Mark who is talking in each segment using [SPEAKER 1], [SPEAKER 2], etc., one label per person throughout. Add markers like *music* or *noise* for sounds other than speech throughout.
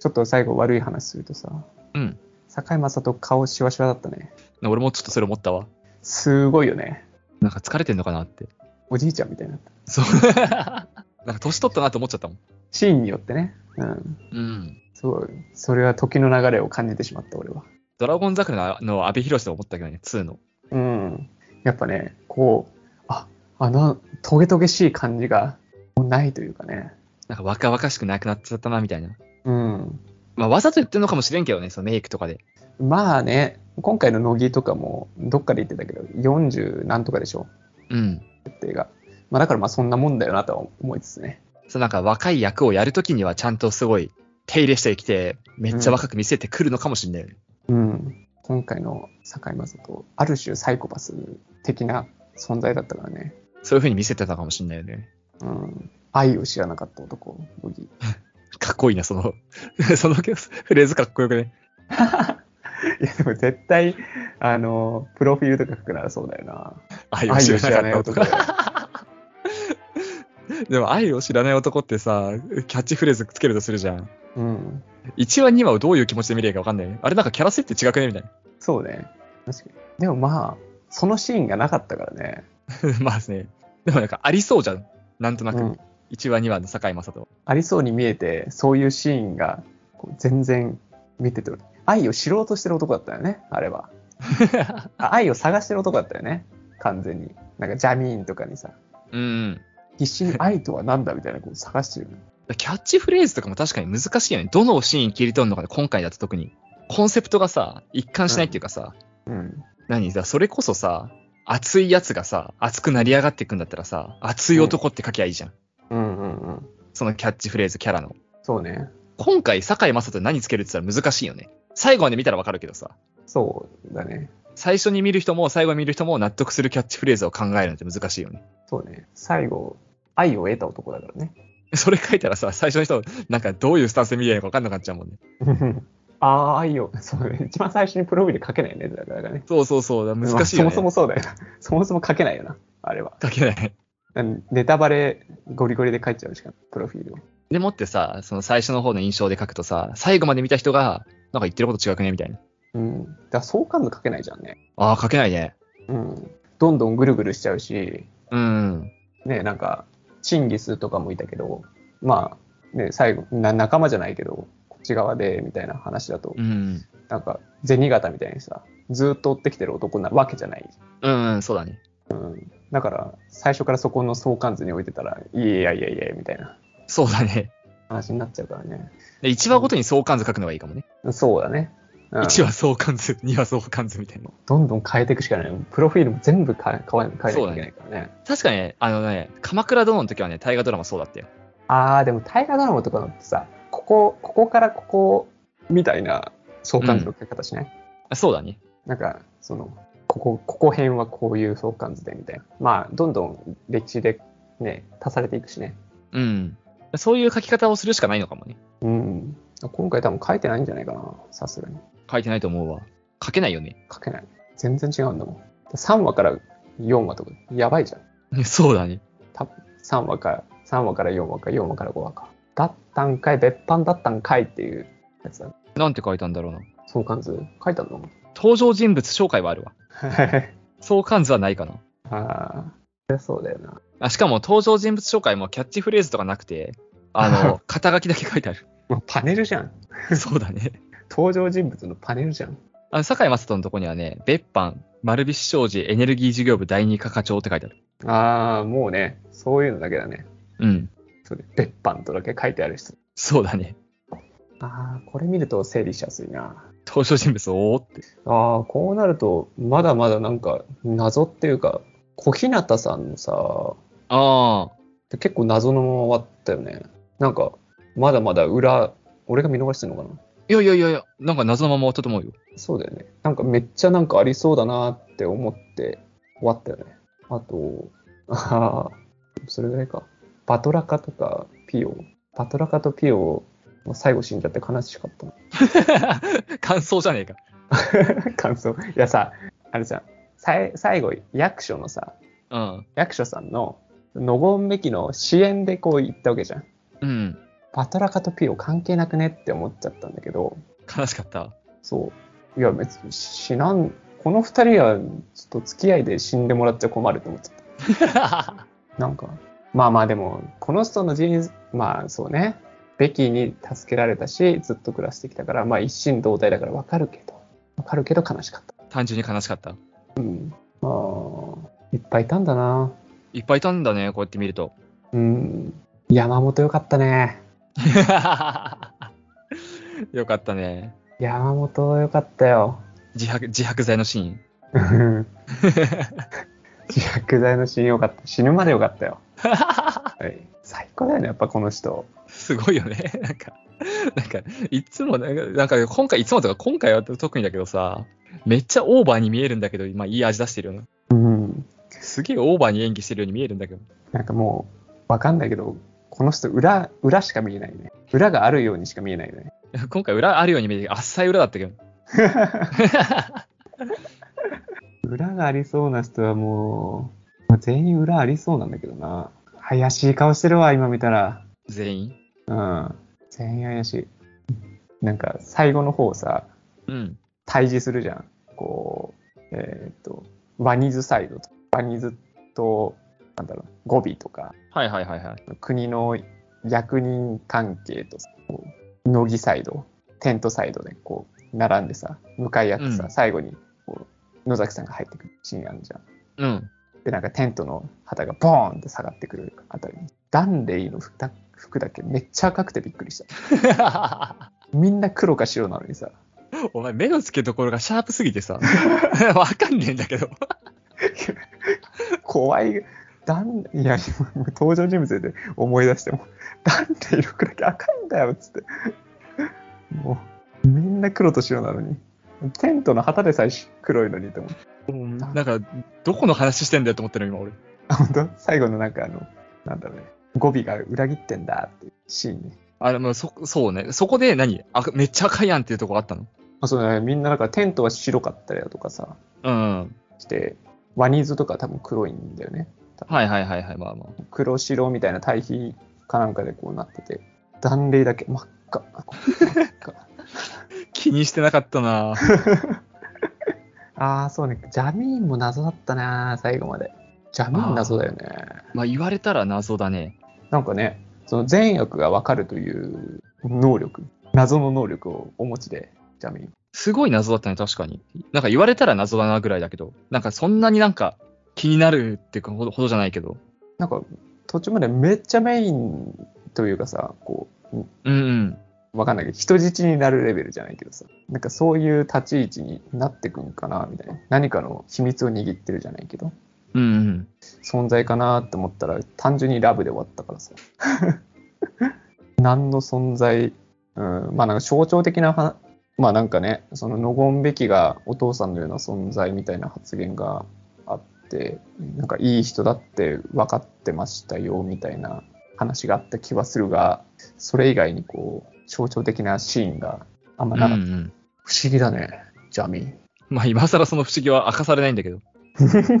[SPEAKER 1] ちょっと最後悪い話するとさ、
[SPEAKER 2] うん。
[SPEAKER 1] 堺雅人顔シワシワだったね。
[SPEAKER 2] 俺もちょっとそれ思ったわ。
[SPEAKER 1] すごいよね。
[SPEAKER 2] なんか疲れてんのかなって。
[SPEAKER 1] おじいちゃんみたいになった。
[SPEAKER 2] そう。 *laughs* なんか年取ったなと思っちゃったもん。
[SPEAKER 1] シーンによってね。うん。
[SPEAKER 2] うん。
[SPEAKER 1] すごい。それは時の流れを感じてしまった、俺は。
[SPEAKER 2] ドラゴン桜のの阿部寛で思ったけどね、2の。
[SPEAKER 1] うん。やっぱね、こう、あ、あの、トゲトゲしい感じが、もうないというかね。
[SPEAKER 2] なんか若々しくなくなっちゃったな、みたいな。
[SPEAKER 1] うん。
[SPEAKER 2] まあ、わざと言ってるのかもしれんけどね、そのメイクとかで。
[SPEAKER 1] まあね、今回の乃木とかも、どっかで言ってたけど、40何とかでしょ、
[SPEAKER 2] うん。
[SPEAKER 1] 設定が。まあだからまあそんなもんだよなとは思いつつね。
[SPEAKER 2] そうなんか若い役をやるときにはちゃんとすごい手入れしてきて、めっちゃ若く見せてくるのかもしれないよね。
[SPEAKER 1] うん。今回の堺雅人、ある種サイコパス的な存在だったからね。
[SPEAKER 2] そういう風に見せてたかもしれないよね。
[SPEAKER 1] うん。愛を知らなかった男、乃木。
[SPEAKER 2] かっこいいな、その、 *laughs* そのフレーズかっこよくね。
[SPEAKER 1] いや、でも絶対、あの、プロフィールとか書くならそうだよな。
[SPEAKER 2] 愛を知らなかった男
[SPEAKER 1] 愛を知らない男
[SPEAKER 2] *laughs* でも愛を知らない男ってさ、キャッチフレーズつけるとするじゃん。
[SPEAKER 1] うん。
[SPEAKER 2] 1話2話をどういう気持ちで見ればいいか分かんないね。あれなんかキャラ設定違くねみたい
[SPEAKER 1] そうね。確かに。でもまあ、そのシーンがなかったからね。
[SPEAKER 2] な。 *laughs* まあですね。でもなんかありそうじゃん。なんとなく。
[SPEAKER 1] うん
[SPEAKER 2] 1話2話の堺雅人は。
[SPEAKER 1] ありそうに見えて、そういうシーンがこう全然見てて、愛を知ろうとしてる男だったよね、あれ *laughs* は。あ愛を探してる男だったよね、完全に。なんかジャミーンとかにさ、
[SPEAKER 2] うん。
[SPEAKER 1] 必死に愛とは何だみたいなこう探してるよね。
[SPEAKER 2] キャッチフレーズとかも確かに難しいよね。どのシーン切り取るのかで、今回だと特に。コンセプトがさ、一貫しないっていうかさ、
[SPEAKER 1] うん。
[SPEAKER 2] 何だ、それこそさ、熱いやつがさ、熱くなり上がっていくんだったらさ、熱い男って書きゃいいじゃん。
[SPEAKER 1] うんうんうん。
[SPEAKER 2] そのキャッチフレーズ、キャラの。
[SPEAKER 1] そうね。
[SPEAKER 2] 今回、堺雅人に何つけるって言ったら難しいよね。最後まで見たらわかるけどさ、
[SPEAKER 1] そうだね。
[SPEAKER 2] 最初に見る人も最後に見る人も納得するキャッチフレーズを考えるのって難しいよね。 *laughs*
[SPEAKER 1] そうね。最後、愛を得た男だから *laughs* ね。
[SPEAKER 2] それ書いたらさ、最初の人、なんかどういうスタンスで見ればいいのかわかんなくなっちゃうもんね。
[SPEAKER 1] ああ、愛を、そうね。一番最初にプロフィール書けないね、だからね。
[SPEAKER 2] そうそうそう、難しいよね。
[SPEAKER 1] まあそもそもそうだよな。そもそも書けないよな、あれは。
[SPEAKER 2] 書けない。
[SPEAKER 1] うんネタバレゴリゴリで書いちゃうしかない、プロフィールを。
[SPEAKER 2] でもってさ、その最初の方の印象で書くとさ、最後まで見た人が、なんか言ってること違くねみたいな。
[SPEAKER 1] うん。だから相関図書けないじゃんね。
[SPEAKER 2] ああ、書けないね。
[SPEAKER 1] うん。どんどんぐるぐるしちゃうし、
[SPEAKER 2] うん。
[SPEAKER 1] ね、なんか、チンギスとかもいたけど、まあ、ね、最後、な仲間じゃないけど、こっち側で、みたいな話だと、
[SPEAKER 2] うん。
[SPEAKER 1] なんか、銭形みたいにさ、ずーっと追ってきてる男なわけじゃない。
[SPEAKER 2] うん、うん、そうだね。
[SPEAKER 1] だから、最初からそこの相関図に置いてたら、いやいやいやいや、みたいな
[SPEAKER 2] そうだね。
[SPEAKER 1] 話になっちゃうからね。
[SPEAKER 2] で、1話ごとに相関図書くのがいいかもね。
[SPEAKER 1] そうだね。うん
[SPEAKER 2] 1話相関図、2話相関図みたいな。
[SPEAKER 1] どんどん変えていくしかない。プロフィールも全部変え変え変えなきゃいけないからね。
[SPEAKER 2] 確かね、あのね、鎌倉殿の時はね、大河ドラマそうだったよ。
[SPEAKER 1] ああ、でも大河ドラマとかのってさ、ここ、ここからここみたいな相関図の書き方しない、
[SPEAKER 2] あそうだね。
[SPEAKER 1] なんか、その、ここ、ここ辺はこういう相関図でみたいな。まあ、どんどん歴史でね、足されていくしね。
[SPEAKER 2] うん。そういう書き方をするしかないのかもね。
[SPEAKER 1] うん。今回多分書いてないんじゃないかな、さすがに。
[SPEAKER 2] 書いてないと思うわ。書けないよね。 *laughs*
[SPEAKER 1] 書けない。全然違うんだもん。3話から4話とか、やばいじゃん。
[SPEAKER 2] そうだね。
[SPEAKER 1] 3話から、3話から4話か、4話から5話か。だったんかい、別版だったんかいっていうやつだ。
[SPEAKER 2] なんて書いたんだろうな。
[SPEAKER 1] 相関図書いてあるの
[SPEAKER 2] 登場人物紹介はあるわ。相関図はないかな。
[SPEAKER 1] ああ、そりゃそうだよな。
[SPEAKER 2] あしかも登場人物紹介もキャッチフレーズとかなくて、あの、肩書きだけ書いてある。
[SPEAKER 1] もうパネルじゃん。
[SPEAKER 2] そうだね。
[SPEAKER 1] 登場人物のパネルじゃん。
[SPEAKER 2] あの、堺雅人のとこにはね、別班、丸菱商事エネルギー事業部第二課課長って書いてある。
[SPEAKER 1] ああ、もうね、そういうのだけだね。
[SPEAKER 2] うん。
[SPEAKER 1] そうね、別版とだけ書いてある人。
[SPEAKER 2] そうだね。
[SPEAKER 1] ああ、これ見ると整理しやすいな。
[SPEAKER 2] 登場人物、おーって。
[SPEAKER 1] ああ、こうなると、まだまだなんか、謎っていうか、小日向さんのさ、
[SPEAKER 2] ああ。
[SPEAKER 1] 結構謎のまま終わったよね。なんか、まだまだ裏、俺が見逃してるのかない
[SPEAKER 2] やいやいやいや、なんか謎のまま終わったと思うよ。
[SPEAKER 1] そうだよね。なんかめっちゃなんかありそうだなって思って終わったよね。あと、ああ、それぐらいか。バトラカとかピオ。バトラカとピオ、まあ最後死んじゃって悲しかった *laughs*
[SPEAKER 2] 感想じゃねえか。
[SPEAKER 1] な。感想。いやさ、あれじゃん。さい最後、役所のさ、
[SPEAKER 2] うん。
[SPEAKER 1] 役所さんの、のごんべきの支援でこう行ったわけじゃん。
[SPEAKER 2] うん。
[SPEAKER 1] バトラカとピオ関係なくねって思っちゃったんだけど、
[SPEAKER 2] 悲しかった。
[SPEAKER 1] そう。いや、別に死なん、この二人はちょっと付き合いで死んでもらっちゃ困ると思っちゃった。なんか、まあまあでも、この人の人生、まあそうね、ベキに助けられたし、ずっと暮らしてきたから、まあ一心同体だからわかるけど、わかるけど悲しかった。
[SPEAKER 2] 単純に悲しかった。
[SPEAKER 1] うん。まあ、いっぱいいたんだな。
[SPEAKER 2] いっぱいいたんだね、こうやって見ると。 *laughs*
[SPEAKER 1] うん。山本よかったね。
[SPEAKER 2] よかったね。
[SPEAKER 1] 山本よかったよ。
[SPEAKER 2] 自白、自白剤のシーン。
[SPEAKER 1] うん自白剤のシーンよかった。死ぬまでよかったよ。はい、最高だよね、やっぱこの人。
[SPEAKER 2] すごいよね。 *laughs* なんか、なんか、いつも、なんか、なんか今回、いつもとか今回は特にだけどさ、めっちゃオーバーに見えるんだけど、まあいい味出してるよな。
[SPEAKER 1] うん。
[SPEAKER 2] すげえオーバーに演技してるように見えるんだけど。 *laughs*
[SPEAKER 1] なんかもう、わかんないけど、この人裏、裏しか見えないね。裏があるようにしか見えないね。
[SPEAKER 2] 今回裏あるように見えて、あっさい裏だったけど。
[SPEAKER 1] 裏がありそうな人はもう、まあ全員裏ありそうなんだけどな。怪しい顔してるわ、今見たら。
[SPEAKER 2] 全員。
[SPEAKER 1] うん。全員怪しい。なんか、最後の方さ、
[SPEAKER 2] うん。
[SPEAKER 1] 対峙するじゃん。こう、えーっと、ワニズサイドと、ワニズと、なんだろう、語尾とか、
[SPEAKER 2] はいはいはいはい。
[SPEAKER 1] 国の役人関係とさ、こう乃木サイド、テントサイドでこう、並んでさ、向かい合ってさ、
[SPEAKER 2] うん
[SPEAKER 1] 最後にこう野崎さんが入ってくるシーンあるじゃん。
[SPEAKER 2] うん。 *laughs*
[SPEAKER 1] で、なんかテントの旗がボーンって下がってくるあたりに、ダンレイの服だ服だけめっちゃ赤くてびっくりした。みんな黒か白なのにさ、
[SPEAKER 2] お前目の付けどころがシャープすぎてさ、 *laughs* わかんねえんだけど。
[SPEAKER 1] 怖い。ダンいや、 *laughs* 今登場人物で思い出しても、ダンレイの服だけ赤いんだよ、つって。もう、みんな黒と白なのに。テントの旗でさえ黒いのにって思って。
[SPEAKER 2] なんか、どこの話してんだよと思ってる今俺。
[SPEAKER 1] あ、本当最後のなんかあの、なんだろうね。語尾が裏切ってんだっていうシーンね。
[SPEAKER 2] あれ、まあ、そ、そうね。そこで何あ、めっちゃ赤いやんっていうとこあったの
[SPEAKER 1] あ、そうだね。みんななんかテントは白かったりだとかさ、
[SPEAKER 2] うん。
[SPEAKER 1] して、ワニズとか多分黒いんだよね。
[SPEAKER 2] はいはいはいはい、まあま
[SPEAKER 1] 黒白みたいな対比かなんかでこうなってて、ダンレイだけ真っ赤。真っ赤。
[SPEAKER 2] あ。気にしてなかったな
[SPEAKER 1] ああ、そうね。ジャミーンも謎だったな、最後まで。ジャミーン謎だよね。
[SPEAKER 2] *laughs* まあ言われたら謎だね。
[SPEAKER 1] なんかね、その善悪がわかるという能力、謎の能力をお持ちで、ジャミーン。
[SPEAKER 2] すごい謎だったね、確かに。なんか言われたら謎だなぐらいだけど、なんかそんなになんか気になるっていうほどほどじゃないけど。
[SPEAKER 1] なんか、途中までめっちゃメインというかさ、こ
[SPEAKER 2] うんうん。
[SPEAKER 1] う、わかんないけど、人質になるレベルじゃないけどさ、なんかそういう立ち位置になってくんかな、みたいな。何かの秘密を握ってるじゃないけど、
[SPEAKER 2] うんうん。
[SPEAKER 1] 存在かなって思ったら、単純にラブで終わったからさ。 *laughs* 何の存在、うん、まあなんか象徴的なは、まあなんかね、そのノゴンべきがお父さんのような存在みたいな発言があって、なんかいい人だって分かってましたよみたいな話があった気はするが、それ以外にこう、象徴的なシーンがあんま
[SPEAKER 2] う
[SPEAKER 1] なかった。
[SPEAKER 2] んうん。
[SPEAKER 1] 不思議だね、ジャミー。 *laughs*
[SPEAKER 2] まあ今更その不思議は明かされないんだけど。
[SPEAKER 1] い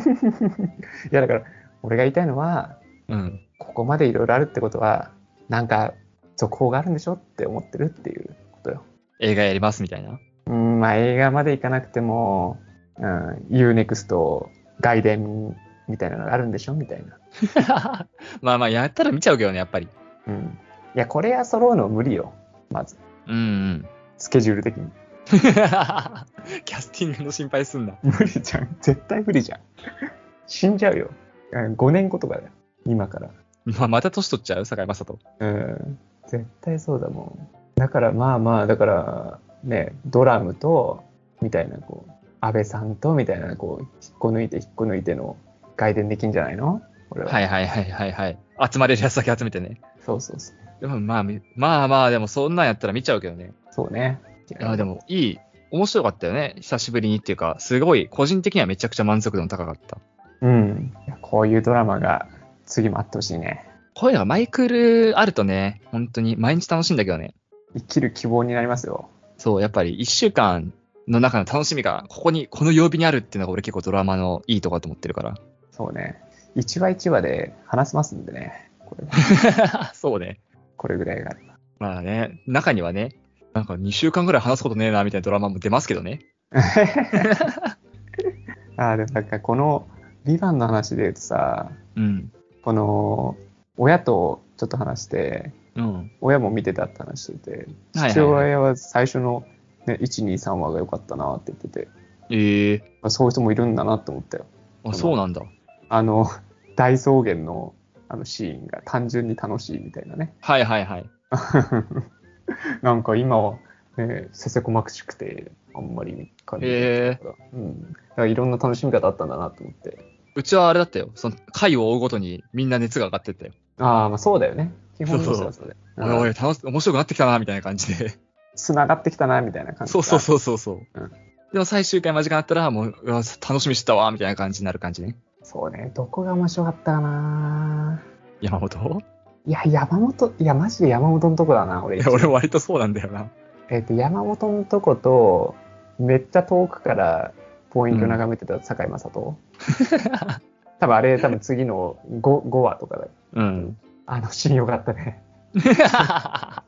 [SPEAKER 1] やだから、俺が言いたいのは、
[SPEAKER 2] うん。
[SPEAKER 1] ここまでいろいろあるってことは、なんか続報があるんでしょって思ってるっていうことよ。
[SPEAKER 2] 映画やりますみたいな。 *laughs*
[SPEAKER 1] うん、まあ映画までいかなくても、うん、UNEXT 外伝みたいなのがあるんでしょみたいな。
[SPEAKER 2] まあまあやったら見ちゃうけどね、やっぱり。
[SPEAKER 1] うん。いや、これは揃うの無理よ。まず、
[SPEAKER 2] うんうん。
[SPEAKER 1] スケジュール的に。 *laughs*
[SPEAKER 2] *laughs* キャスティングの心配すんな。
[SPEAKER 1] 無理じゃん。絶対無理じゃん。死んじゃうよ。うん、5年後とかだよ。今から。
[SPEAKER 2] まあまた年取っちゃう坂井雅人。
[SPEAKER 1] うん。絶対そうだもん。だからまあまあ、だからね、ドラムと、みたいな、こう、安倍さんと、みたいな、こう、引っこ抜いて引っこ抜いての外伝できんじゃないの俺は。
[SPEAKER 2] はいはいはいはいはい。集まれるやつだけ集めてね。
[SPEAKER 1] そうそうそう。
[SPEAKER 2] でもまあ、みまあまあ、でもそんなんやったら見ちゃうけどね。
[SPEAKER 1] そうね。
[SPEAKER 2] いや、でもいい、面白かったよね。久しぶりにっていうか、すごい、個人的にはめちゃくちゃ満足度の高かった。
[SPEAKER 1] うん。いやこういうドラマが次もあってほしいね。
[SPEAKER 2] こういうのがマイクルあるとね、本当に毎日楽しいんだけどね。
[SPEAKER 1] 生きる希望になりますよ。
[SPEAKER 2] そう、やっぱり一週間の中の楽しみが、ここに、この曜日にあるっていうのが俺結構ドラマのいいとこだと思ってるから。
[SPEAKER 1] そうね。一話一話で話せますんでね。これ
[SPEAKER 2] *laughs* そうね。
[SPEAKER 1] これぐらいがあれば。
[SPEAKER 2] まあね、中にはね、なんか2週間ぐらい話すことねえな、みたいなドラマも出ますけどね。
[SPEAKER 1] ああ、でもなんかこの、ビバンの話で言うとさ、
[SPEAKER 2] うん。
[SPEAKER 1] この、親とちょっと話して、
[SPEAKER 2] うん。
[SPEAKER 1] 親も見てたって話してて、
[SPEAKER 2] はいはいはい
[SPEAKER 1] 父親は最初の、ね、1、2、3話が良かったなって言ってて、
[SPEAKER 2] ええ
[SPEAKER 1] まあ、そういう人もいるんだなって思ったよ。
[SPEAKER 2] あ、そうなんだ。
[SPEAKER 1] あの、大草原のあのシーンが単純に楽しいみたいなね。 *laughs*
[SPEAKER 2] はいはいはい。
[SPEAKER 1] なんか今は、ね、せせこまくしくて、あんまり感じない
[SPEAKER 2] ええ
[SPEAKER 1] うん。だからいろんな楽しみ方あったんだなと思って。
[SPEAKER 2] うちはあれだったよ。その回を追うごとにみんな熱が上がってったよ。
[SPEAKER 1] ああ、まあそうだよね。基本としてはそうだよ
[SPEAKER 2] おいおい、楽し、面白くなってきたな、みたいな感じで。
[SPEAKER 1] つながってきたな、みたいな感じ
[SPEAKER 2] そうそう
[SPEAKER 1] う。
[SPEAKER 2] そうそうそう。
[SPEAKER 1] うん
[SPEAKER 2] でも最終回間近になったら、もう、うわ楽しみしてたわ、みたいな感じになる感じね。
[SPEAKER 1] そうね。どこが面白かったかな。
[SPEAKER 2] 山本
[SPEAKER 1] いや、山本、いや、マジで山本のとこだな、俺。
[SPEAKER 2] いや *laughs* 俺割とそうなんだよな。
[SPEAKER 1] えっ、と、山本のとこと、めっちゃ遠くからポイント眺めてた堺雅人。 *laughs* 多分あれ、多分次の 5, 5話とかだよ。
[SPEAKER 2] うん。 *laughs*
[SPEAKER 1] あのシーンよかったね。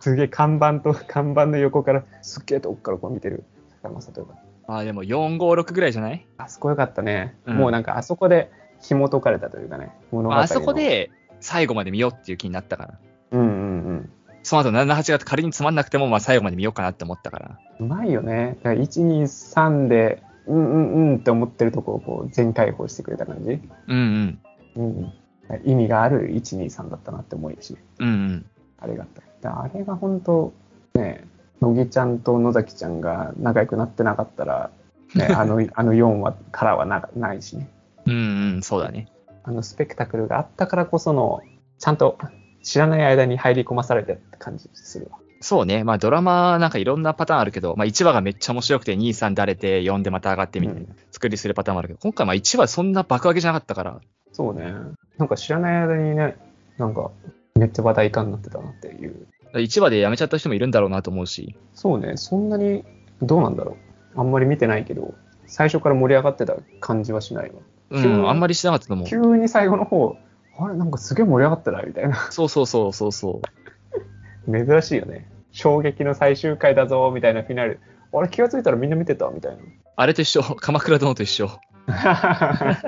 [SPEAKER 1] すげえ看板と、看板の横から、すっげえ遠くからこう見てる堺雅人が。
[SPEAKER 2] まあでも456ぐらいじゃない、
[SPEAKER 1] あそこよかったね。
[SPEAKER 2] うん
[SPEAKER 1] もうなんかあそこで紐解かれたというかね、物語
[SPEAKER 2] ま
[SPEAKER 1] の
[SPEAKER 2] あ、あそこ、で最後まで見ようっていう気になったから。
[SPEAKER 1] うんうん
[SPEAKER 2] その後78が仮につまんなくても、まあ最後まで見ようかなって思ったから。
[SPEAKER 1] うん。うまいよね。だから1、2、3で、うんうんうんって思ってるとこをこう全開放してくれた感じ。
[SPEAKER 2] うんうん。
[SPEAKER 1] うん、うん。意味がある1、2、3だったなって思えるし、
[SPEAKER 2] うんうん。
[SPEAKER 1] あれがあった。だからあれが本当、ね、乃木ちゃんと野崎ちゃんが仲良くなってなかったら、
[SPEAKER 2] *laughs*
[SPEAKER 1] ね、あのあの4話からはなないしね。
[SPEAKER 2] うんうん、そうだね。
[SPEAKER 1] あのスペクタクルがあったからこその、ちゃんと知らない間に入り込まされてって感じするわ。
[SPEAKER 2] そうね。まあドラマなんかいろんなパターンあるけど、まあ1話がめっちゃ面白くて、2、3だれて、4でまた上がってみたいな、
[SPEAKER 1] うん
[SPEAKER 2] 作りするパターンもあるけど、今回まあ1話そんな爆上げじゃなかったから、
[SPEAKER 1] そうね。なんか知らない間にね、なんかめっちゃ話題化になってたなっていう。
[SPEAKER 2] 1話でやめちゃった人もいるんだろうなと思うし、
[SPEAKER 1] そうね、そんなにどうなんだろう。あんまり見てないけど、最初から盛り上がってた感じはしないわ。
[SPEAKER 2] う
[SPEAKER 1] 急に
[SPEAKER 2] ん、あんまりしなかったと思う。
[SPEAKER 1] 急に最後の方、あれなんかすげえ盛り上がったなみたいな。 *laughs*
[SPEAKER 2] そうそうそうそうそう。
[SPEAKER 1] 珍しいよね。衝撃の最終回だぞみたいなフィナーレ。あれ気がついたらみんな見てたみ
[SPEAKER 2] *laughs*
[SPEAKER 1] たい
[SPEAKER 2] あれと一緒、鎌倉殿と一緒。
[SPEAKER 1] な。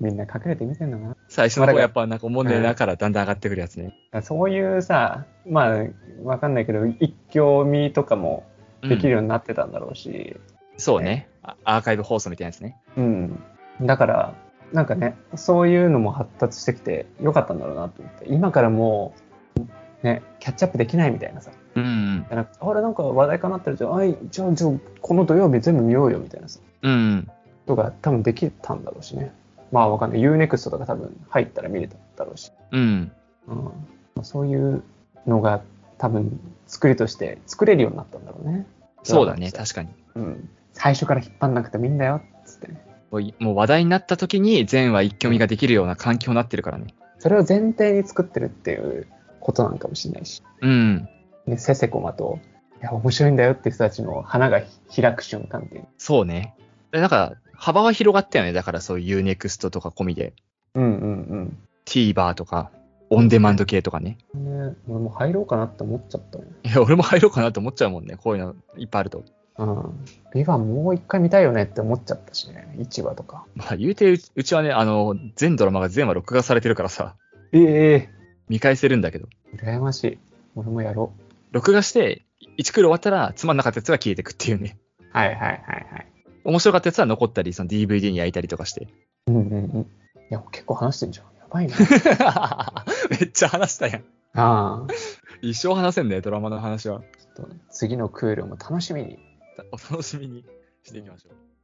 [SPEAKER 1] みんな隠れて見てんのかな
[SPEAKER 2] 最初の方やっぱなんかおもんねえなからだんだん上がってくるやつね。
[SPEAKER 1] そういうさ、まあ、わかんないけど、一興味とかもできる
[SPEAKER 2] うん
[SPEAKER 1] ようになってたんだろうし、
[SPEAKER 2] そうね。あアーカイブ放送みたいなやつね。
[SPEAKER 1] うん。だから、なんかね、そういうのも発達してきてよかったんだろうなと思って、今からもう、ね、キャッチアップできないみたいなさ、じ
[SPEAKER 2] うん
[SPEAKER 1] ゃなくて、あれなんか話題かなってるじゃん、あい、じゃあ、じゃあ、この土曜日全部見ようよみたいなさ、
[SPEAKER 2] うん。うん。
[SPEAKER 1] とか多分できたんだろうしね。まあわかんない。UNEXT とか多分入ったら見れたんだろうし。
[SPEAKER 2] うん。
[SPEAKER 1] うん、そういうのが多分作りとして作れるようになったんだろうね。
[SPEAKER 2] そうだね、確かに。
[SPEAKER 1] うん、最初から引っ張んなくてもいいんだよっつってね。
[SPEAKER 2] もういもう話題になった時に全話一挙見ができるような環境になってるからね。
[SPEAKER 1] それを前提に作ってるっていうことなんかもしれないし、
[SPEAKER 2] うん。
[SPEAKER 1] ね、せせこまと、いや、面白いんだよって人たちの花が開く瞬間っていう。
[SPEAKER 2] そうね。でなんか、幅は広がったよね。だからそういう UNEXT とか込みで。
[SPEAKER 1] うんうん
[SPEAKER 2] TVer とか、オンデマンド系とかね。
[SPEAKER 1] うん。ね、俺も入ろうかなって思っちゃったね。
[SPEAKER 2] いや、俺も入ろうかなと思っちゃうもんね。こういうのいっぱいあると。
[SPEAKER 1] うん。ビバンもう一回見たいよねって思っちゃったしね、市場とか。
[SPEAKER 2] まあ、言うてうち、うちはね、あの、全ドラマが全話録画されてるからさ、
[SPEAKER 1] ええ
[SPEAKER 2] 見返せるんだけど、
[SPEAKER 1] 羨ましい。俺もやろう。
[SPEAKER 2] 録画して、1クール終わったら、つまんなかったやつは消えてくっていうね。
[SPEAKER 1] はいはいはいはい。
[SPEAKER 2] 面白かったやつは残ったり、その DVD に焼いたりとかして。 *laughs*
[SPEAKER 1] うんうんうん。いや、結構話してんじゃん。やば *laughs* いな。
[SPEAKER 2] めっちゃ話したやん。
[SPEAKER 1] ああ。
[SPEAKER 2] 一生話せんね、ドラマの話は。
[SPEAKER 1] ちょっと次のクールも楽しみに。
[SPEAKER 2] お楽しみにしていきましょう。